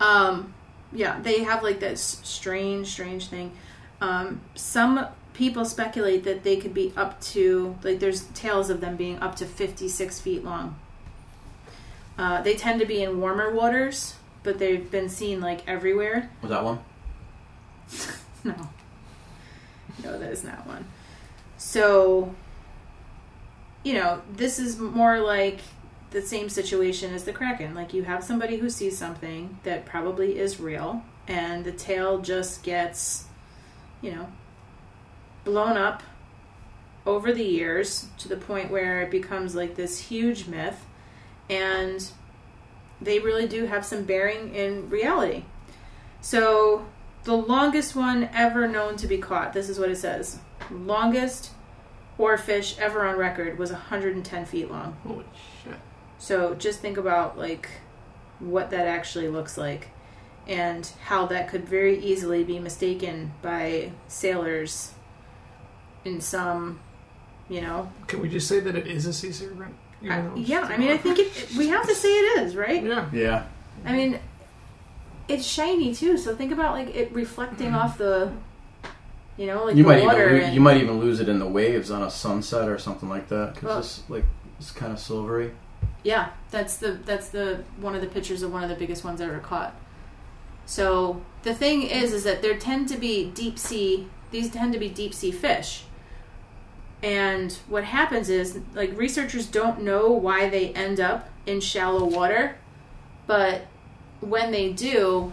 um, yeah, they have like this strange, strange thing. Um, some people speculate that they could be up to like there's tales of them being up to 56 feet long. Uh, they tend to be in warmer waters, but they've been seen like everywhere. Was that one? No. No, that is not one. So, you know, this is more like the same situation as the Kraken. Like, you have somebody who sees something that probably is real, and the tale just gets, you know, blown up over the years to the point where it becomes like this huge myth, and they really do have some bearing in reality. So, the longest one ever known to be caught. This is what it says. Longest oarfish ever on record was 110 feet long. Holy shit. So just think about like what that actually looks like and how that could very easily be mistaken by sailors in some, you know. Can we just say that it is a sea serpent? Even I- though it's yeah, still I mean I think it we have to say it is, right? Yeah. Yeah. I mean, it's shiny too. So think about like it reflecting off the You know, like you the might water. even loo- and, you might even lose it in the waves on a sunset or something like that because Well- this like it's kind of silvery. Yeah, that's the that's the one of the pictures of one of the biggest ones I ever caught. So the thing is, is that there tend to be deep sea. These tend to be deep sea fish. And what happens is, like researchers don't know why they end up in shallow water, but when they do,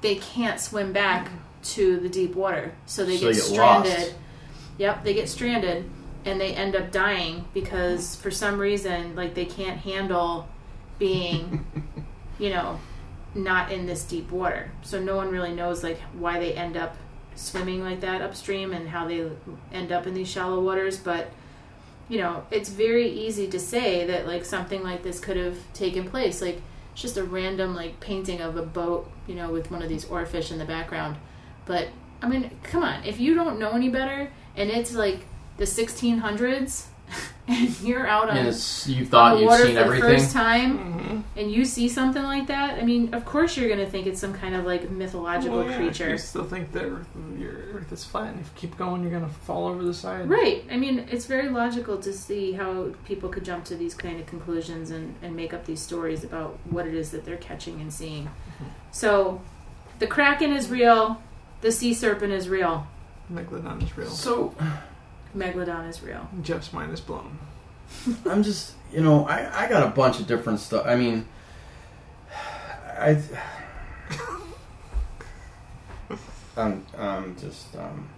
they can't swim back to the deep water, so they So get they get stranded. lost. Yep, they get stranded and they end up dying because for some reason like they can't handle being you know not in this deep water so no one really knows like why they end up swimming like that upstream and how they end up in these shallow waters but you know it's very easy to say that like something like this could have taken place like it's just a random like painting of a boat you know with one of these oarfish in the background but i mean come on if you don't know any better and it's like the 1600s and you're out on And it's you on thought the you'd water seen for the everything. first time Mm-hmm. and you see something like that, I mean, of course you're going to think it's some kind of like mythological You creature. still think that Earth, your Earth is flat, and if you keep going, you're gonna fall over the side. Right. I mean, it's very logical to see how people could jump to these kind of conclusions and, and make up these stories about what it is that they're catching and seeing. So, the kraken is real, the sea serpent is real, Megalodon is real. So megalodon is real. Jeff's mind is blown. I'm just you know I I got a bunch of different stuff. I mean, I I'm I'm just um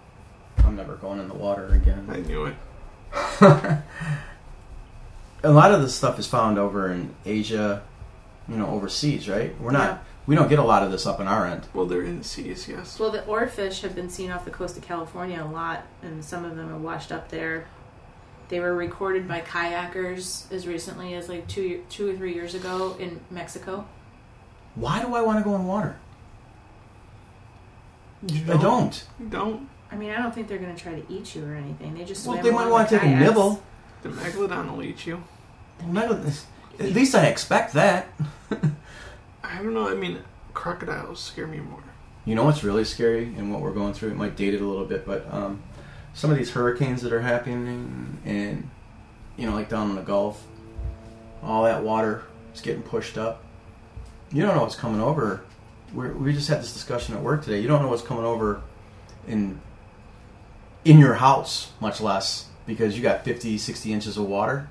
I'm never going in the water again. I knew it. a lot of this stuff is found over in Asia, you know, overseas, right? We're not, Yeah. we don't get a lot of this up in our end. Well, they're in the seas, yes. Well, the oarfish have been seen off the coast of California a lot, and some of them are washed up there. They were recorded by kayakers as recently as like two, year- two or three years ago in Mexico. Why do I want to go in water? You I don't. You don't. I mean, I don't think they're going to try to eat you or anything. They just Well, swam they might along want the to take a kayaks. nibble. The megalodon will eat you. None of this- At least I expect that. I don't know. I mean, crocodiles scare me more. You know what's really scary and what we're going through? It might date it a little bit, but um, some of these hurricanes that are happening and, you know, like down in the Gulf, all that water is getting pushed up. You don't know what's coming over. We're, we just had this discussion at work today. You don't know what's coming over in in your house, much less because you got 50, 60 inches of water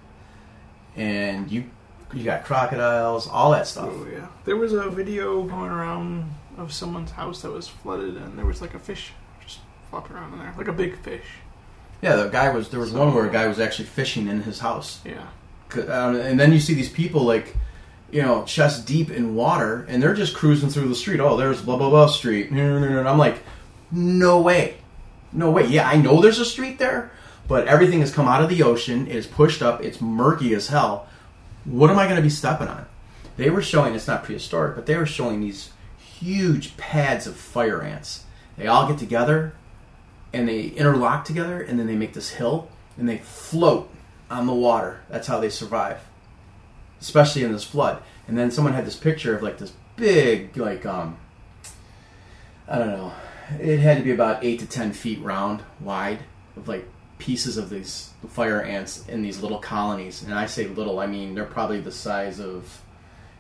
and you you got crocodiles, all that stuff. Oh yeah. There was a video going around of someone's house that was flooded, and there was like a fish just flopped around in there, like a big fish. Yeah, the guy was there was one where a guy was actually fishing in his house. Yeah. C- Um, and then you see these people like, you know, chest deep in water, and they're just cruising through the street. Oh, there's blah blah blah street. And I'm like, no way, no way. Yeah, I know there's a street there, but everything has come out of the ocean. It is pushed up. It's murky as hell. What am I going to be stepping on? They were showing it's not prehistoric, but they were showing these huge pads of fire ants. They all get together and they interlock together, and then they make this hill and they float on the water. That's how they survive, especially in this flood. And then someone had this picture of like this big, like um, I don't know, it had to be about eight to ten feet round, wide, of like pieces of these fire ants in these little colonies. And I say little, I mean they're probably the size of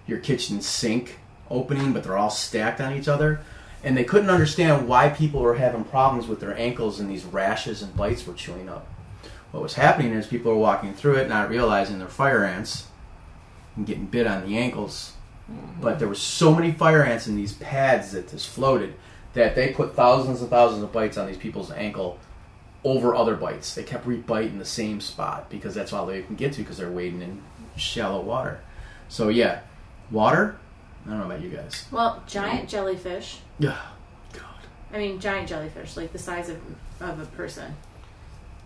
your kitchen sink opening, but they're all stacked on each other. And they couldn't understand why people were having problems with their ankles and these rashes and bites were chewing up what was happening is people were walking through it not realizing they're fire ants and getting bit on the ankles but there were so many fire ants in these pads that this floated that they put thousands and thousands of bites on these people's ankle over other bites they kept rebiting the same spot because that's all they can get to because they're wading in shallow water so yeah water i don't know about you guys Well, giant jellyfish. yeah I mean, giant jellyfish, like the size of, of a person.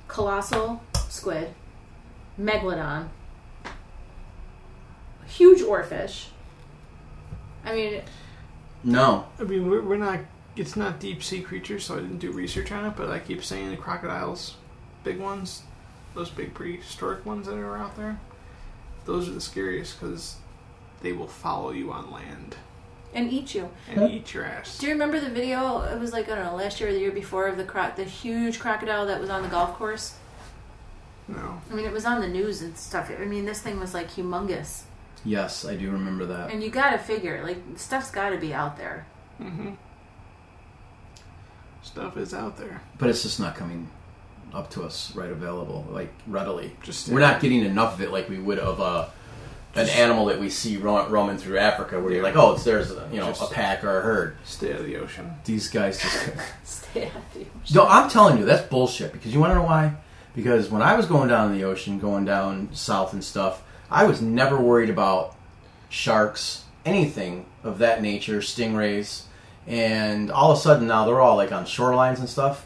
Colossal squid. Megalodon. Huge oarfish. I mean, no I mean, we're, we're not. It's not deep sea creatures, so I didn't do research on it. But I keep saying the crocodiles, big ones, those big prehistoric ones that are out there. Those are the scariest because they will follow you on land. and eat you. and eat your ass. Do you remember the video? It was like I don't know, last year or the year before of the cro- the huge crocodile that was on the golf course. No. I mean, it was on the news and stuff. I mean, this thing was like humongous, Yes, I do remember Oh. that. and you gotta figure like stuff's gotta be out there. hmm Stuff is out there. But it's just not coming up to us right available, like readily. Just We're not getting enough of it like we would of a an animal that we see ro- roaming through Africa, where you're like, oh, it's there's a, you know a Just- pack or a herd. Stay out of the ocean. These guys just. Stay out of the ocean. No, I'm telling you, that's bullshit. Because you want to know why? Because when I was going down in the ocean, going down south and stuff, I was never worried about sharks, anything of that nature, stingrays, and all of a sudden now they're all like on shorelines and stuff.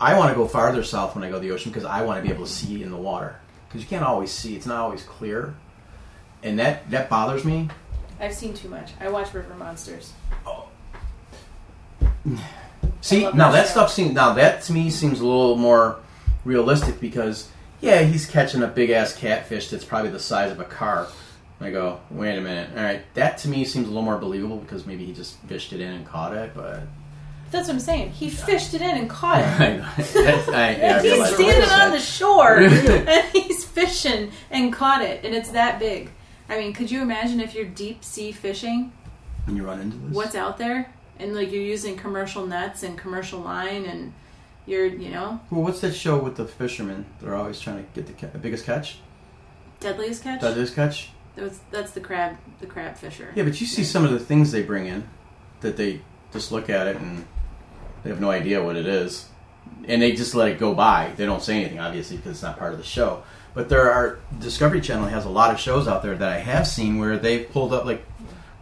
I want to go farther south when I go to the ocean because I want to be able to see in the water because you can't always see; it's not always clear, and that that bothers me. I've seen too much. I watch River Monsters. See I love now that that show. stuff seems now that to me seems a little more realistic because yeah he's catching a big ass catfish that's probably the size of a car. And I go wait a minute all right that to me seems a little more believable because maybe he just fished it in and caught it but That's what I'm saying. He fished it in and caught it. I, I, yeah, I Oh, he's realize- standing on the shore Really? and he's fishing and caught it, and it's that big. I mean, could you imagine if you're deep sea fishing? when you run into this What's out there? And like you're using commercial nets and commercial line, and you're you know well, what's that show with the fishermen they're always trying to get the, ca- the biggest catch deadliest catch. the biggest catch That's that's the crab the crab fisher. yeah but you see some of the things they bring in that they just look at it and they have no idea what it is and they just let it go by they don't say anything obviously because it's not part of the show but there are discovery channel has a lot of shows out there that i have seen where they've pulled up like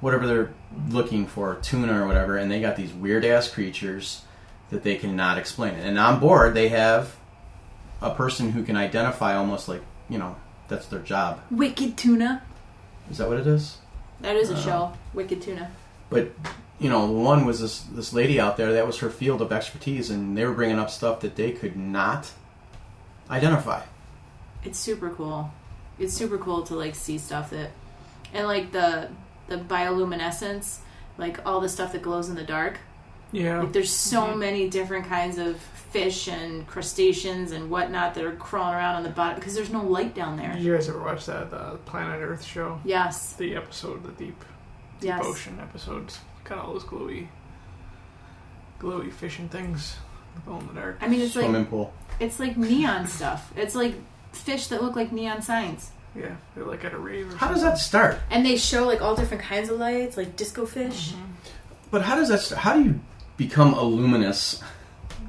whatever they're looking for tuna or whatever and they got these weird ass creatures that they cannot explain and on board they have a person who can identify almost like you know that's their job Wicked tuna. is that what it is That is a Oh. show. Wicked tuna. but you know, one was this this lady out there that was her field of expertise, and they were bringing up stuff that they could not identify. It's super cool. It's super cool to like see stuff that and like the the bioluminescence, like all the stuff that glows in the dark. Yeah. Like there's so many different kinds of fish and crustaceans and whatnot that are crawling around on the bottom because there's no light down there. Did you guys ever watch that uh, Planet Earth show? Yes. The episode, the deep, deep Yes. ocean episodes. Got all those glowy, glowy fishing things. Glow in the dark. I mean it's like Swimming pool. it's like neon stuff. It's like fish that look like neon signs. Yeah, they're like at a rave. Or How does something. that start? And they show like all different kinds of lights, like disco fish. Mm-hmm. But how does that? Start? How do you become a luminous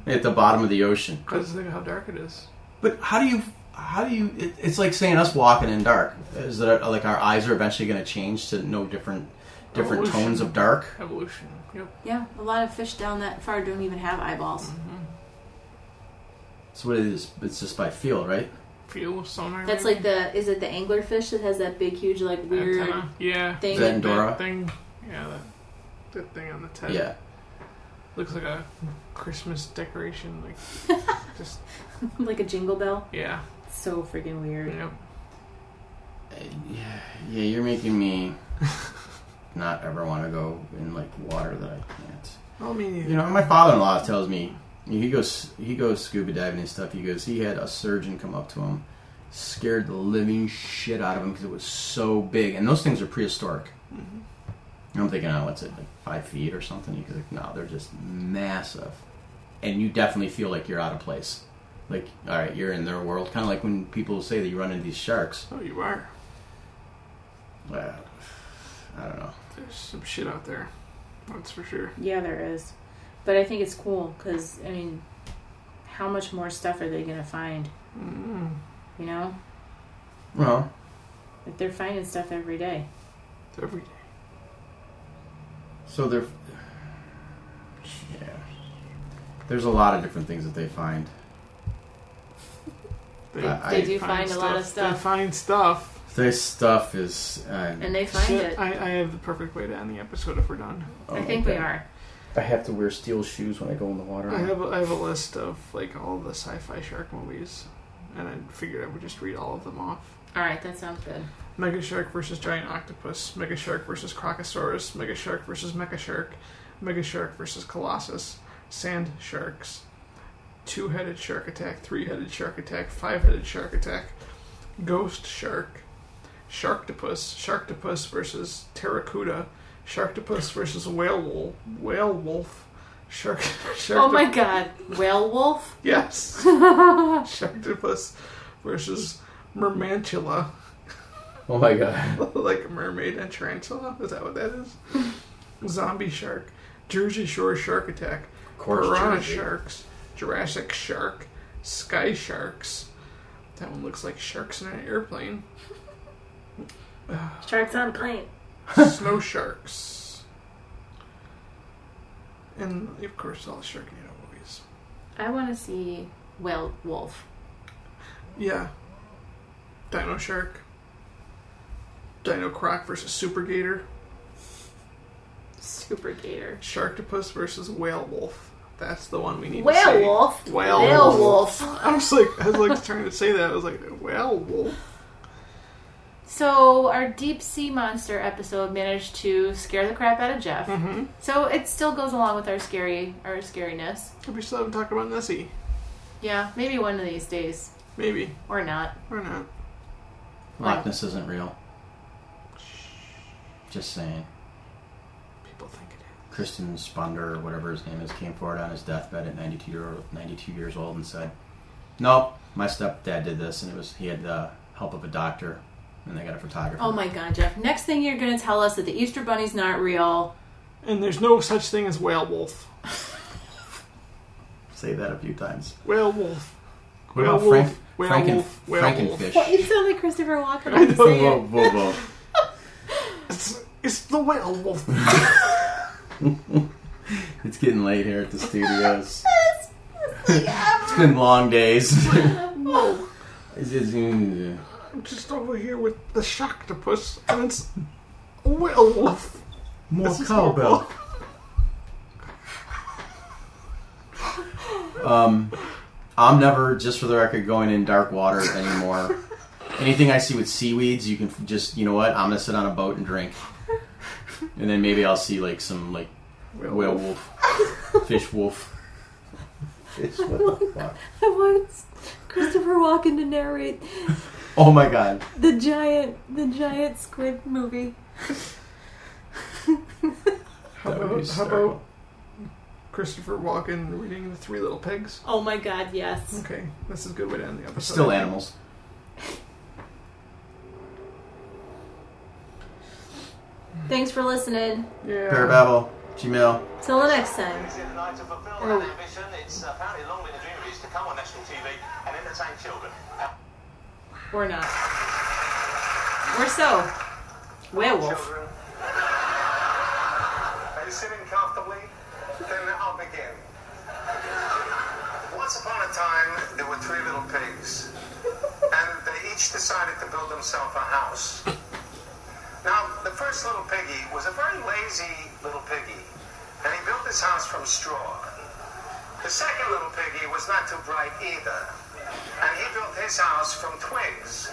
at the bottom of the ocean? Because look how dark it is. But how do you? How do you? It, it's like saying us walking in dark. Is that like our eyes are eventually going to change to no different different Evolution. tones of dark? Evolution. Yep. Yeah, a lot of fish down that far don't even have eyeballs. Mm-hmm. So what it is? It's just by feel, right? Feel sonar. That's maybe? like the is it the anglerfish that has that big huge Uh, like weird Antenna. Yeah. thing? Is that in That Dora? thing. Yeah. That, that thing on the tip. Yeah. Looks like a Christmas decoration. Like just like a jingle bell. yeah. So freaking weird. Yep. Yeah, yeah, you're making me not ever want to go in like water that I can't. Well, I mean, You know, my father-in-law tells me he goes he goes scuba diving and stuff. He goes he had a surgeon come up to him, scared the living shit out of him because it was so big, and those things are prehistoric. And I'm thinking, oh, what's it like five feet or something? He's like, no, they're just massive, and you definitely feel like you're out of place. Like, all right, you're in their world, kind of like when people say that you run into these sharks. Oh, you are. Uh, I don't know. There's some shit out there. That's for sure. Yeah, there is. But I think it's cool because, I mean, how much more stuff are they going to find? Mm, You know? Well, Like, they're finding stuff every day. it's every day. so there. Yeah. There's a lot of different things that they find. They, I- They do find a lot of They stuff. find stuff. This stuff is. Uh, And they find Shit, it. I, I have the perfect way to end the episode if we're done. oh I my think we God. are. I have to wear steel shoes when I go in the water. I have a, I have a list of like all the sci-fi shark movies, and I figured I would just read all of them off. All right, that sounds good. Mega Shark versus Giant Octopus, Mega Shark versus Crocosaurus, Mega Shark versus Mecha Shark, Mega Shark versus Colossus, Sand Sharks, Two Headed Shark Attack, Three Headed Shark Attack, Five Headed Shark Attack, Ghost Shark, Sharktopus, Sharktopus versus Terracuda, Sharktopus versus Whale Wolf, Whale Wolf, Shark, Sharktopus. Oh my God, whale wolf. Yes. Sharktopus versus Mermantula, Oh my god. like a mermaid and tarantula. Is that what that is? Zombie shark, Jersey Shore shark attack, Of piranha Jersey. sharks, Jurassic shark, sky sharks. That one looks like sharks in an airplane. Sharks on a plane. Snow sharks. And of course, all the Sharknado movies. I want to see whale wolf. Yeah. Dino Shark. Dino Croc versus Super Gator. Super gator. Sharktopus versus Whale Wolf. That's the one we need to see. Whale wolf. Whale Whale wolf. wolf. I was like, I was like trying to say that. I was like, whale wolf. So our deep sea monster episode managed to scare the crap out of Jeff. Mm-hmm. So it still goes along with our scary, our scariness. We still haven't talked about Nessie. Yeah, maybe one of these days Maybe or not. or not. Loch Ness isn't real. Just saying. People think it Kristen Sponder, or whatever his name is, came forward on his deathbed at 92, year, 92 years old and said, "No, my stepdad did this, and it was he had the help of a doctor, and they got a photographer." Oh my god, Jeff. Next thing you're going to tell us that the Easter Bunny's not real. is. And there's no such thing as whale wolf. Say that a few times. Whale wolf. What Whale about Frank, wolf, whale Franken, wolf, whale wolf. Frankenfish? What? You sound like Christopher Walken. I know. Say it. Whoa, whoa, whoa! It's, it's the whale wolf. It's getting late here at the studios. it's been long days. Whoa! It's just- I'm just over here with the sharktopus, and it's a whale wolf. More This is cowbell. Um, I'm never, just for the record, going in dark water anymore. Anything I see with seaweeds, you can f- just, you know what? I'm gonna sit on a boat and drink, and then maybe I'll see like some like Whale whale wolf. wolf, fish wolf. Fish, what the fuck? I want Christopher Walken to narrate Oh my god! the giant, the giant squid movie. How That would be about, how hysterical. about Christopher Walken reading the Three Little Pigs? Oh my god, yes. Okay, this is a good way to end the episode. Still animals. Thanks for listening. Yeah. Parababble, Gmail. Till the next time. Is it an item for film and ambition? It's uh, apparently long been a dream of his to come on national TV and entertain children. Uh, Or not. Or so. Werewolf. Children. Are you sitting comfortably? Then I'll begin. Once upon a time, there were three little pigs, and they each decided to build themselves a house. Now, the first little piggy was a very lazy little piggy, and he built his house from straw. The second little piggy was not too bright either, and he built his house from twigs.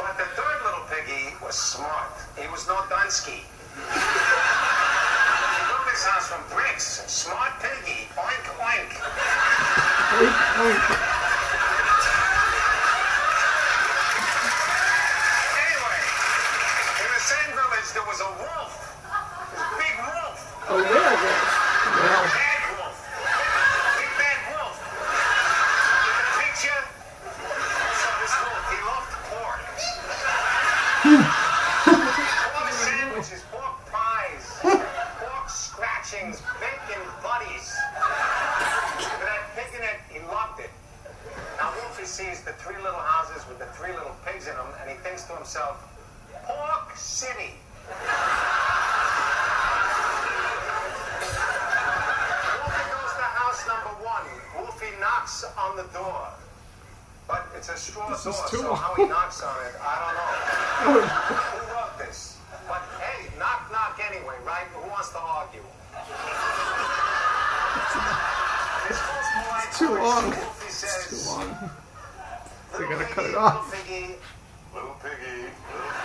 But the third little piggy was smart. He was no Dunsky. He built his house from bricks. Smart piggy. Oink, oink. Anyway, in the same village, there was a wolf. This big wolf. A werewolf. Bad wolf. Big bad wolf. You got a picture? So this wolf, he loved pork. pork sandwiches, pork pies, pork scratchings, bacon buddies. But that pig in it, he loved it. Now Wolfie sees the three little houses with the three little pigs in them, and he thinks to himself, Pork City. Wolfie goes to house number one. Wolfie knocks on the door. But it's a straw door, is too so long. how he knocks on it, I don't know. Who wrote this? But hey, knock, knock anyway, right? Who wants to argue? His most polite It's too voice, long. Wolfie It's says, too long. Little gotta cut piggy, it off. little piggy, Little piggy. Little piggy.